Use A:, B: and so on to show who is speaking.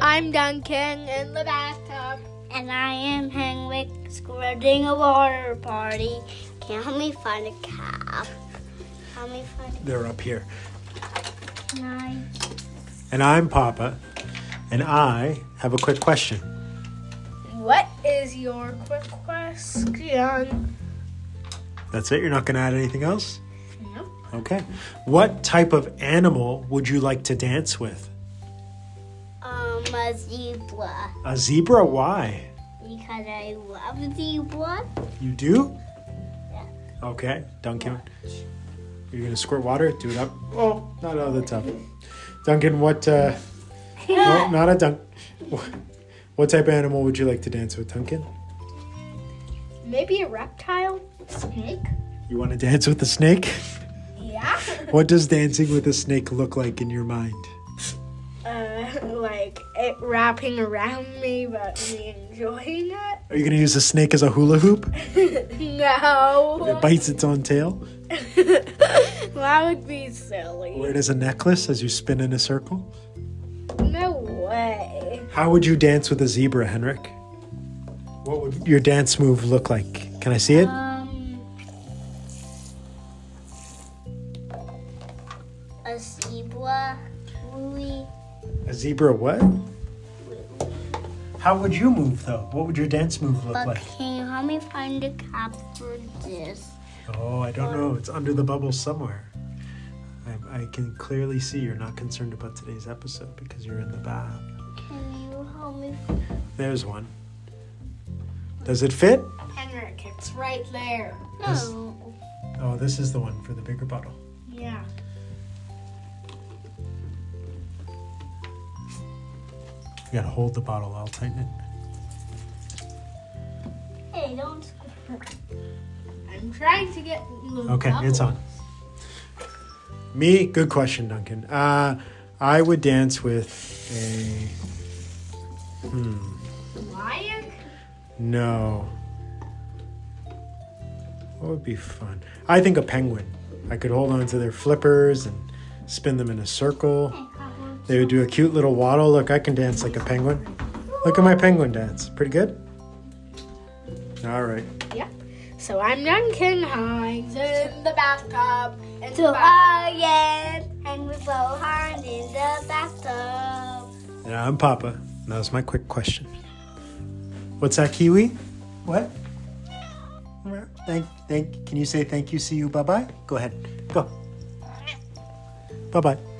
A: I'm Duncan in the bathtub.
B: And I am Henwick squirting a water party. Can you help me find a cap? Help me find
C: They're up here.
B: a knife.
C: And I'm Papa, and I have a quick question.
A: What is your quick question?
C: That's it? You're not going to add anything else?
A: Nope.
C: Okay. What type of animal would you like to dance with?
B: Um, a zebra.
C: A zebra? Why?
B: Because I love zebra.
C: You do?
B: Yeah.
C: Okay. Duncan, you're going to squirt water? Do it up. Oh, not out of the tub. Duncan, what, uh, no, not a dunk. What type of animal would you like to dance with, Duncan?
A: Maybe a reptile? Snake?
C: You want to dance with a snake?
A: Yeah.
C: What does dancing with a snake look like in your mind?
A: uh, like it wrapping around me, but me enjoying
C: Are you going to use the snake as a hula hoop?
A: it? no.
C: It bites its own tail.
A: that would be silly.
C: Wear it as a necklace as you spin in a circle.
A: No way.
C: How would you dance with a zebra, Henrik? What would your dance move look like? Can I see it?
B: Um, a zebra. Louie.
C: A zebra what? How would you move though? What would your dance move look
B: But
C: like?
B: can you help me find a cap for this?
C: Oh, I don't know. It's under the bubble somewhere. I, I can clearly see you're not concerned about today's episode because you're in the bath.
B: Can you help me?
C: There's one. Does it fit?
A: Henrik, it's right there.
C: This-
B: No.
C: Oh, this is the one for the bigger bottle.
A: Yeah.
C: You gotta hold the bottle. I'll tighten it.
B: Hey, don't.
A: I'm trying to get.
C: Okay, it's on. Me, good question, Duncan. Uh, I would dance with a
A: Lion?
C: no. What would be fun? I think a penguin. I could hold on to their flippers and spin them in a circle. They would do a cute little waddle. Look, I can dance like a penguin. Look at my penguin dance. Pretty good. All right.
A: Yep. So I'm Duncan Hines in the bathtub. It's
B: So
A: a bath-
B: I am Henry Bohan in the bathtub.
C: And I'm Papa. And that was my quick question. What's that, Kiwi? What? Thank, thank. Can you say thank you, see you, bye bye? Go ahead. Go. Bye bye.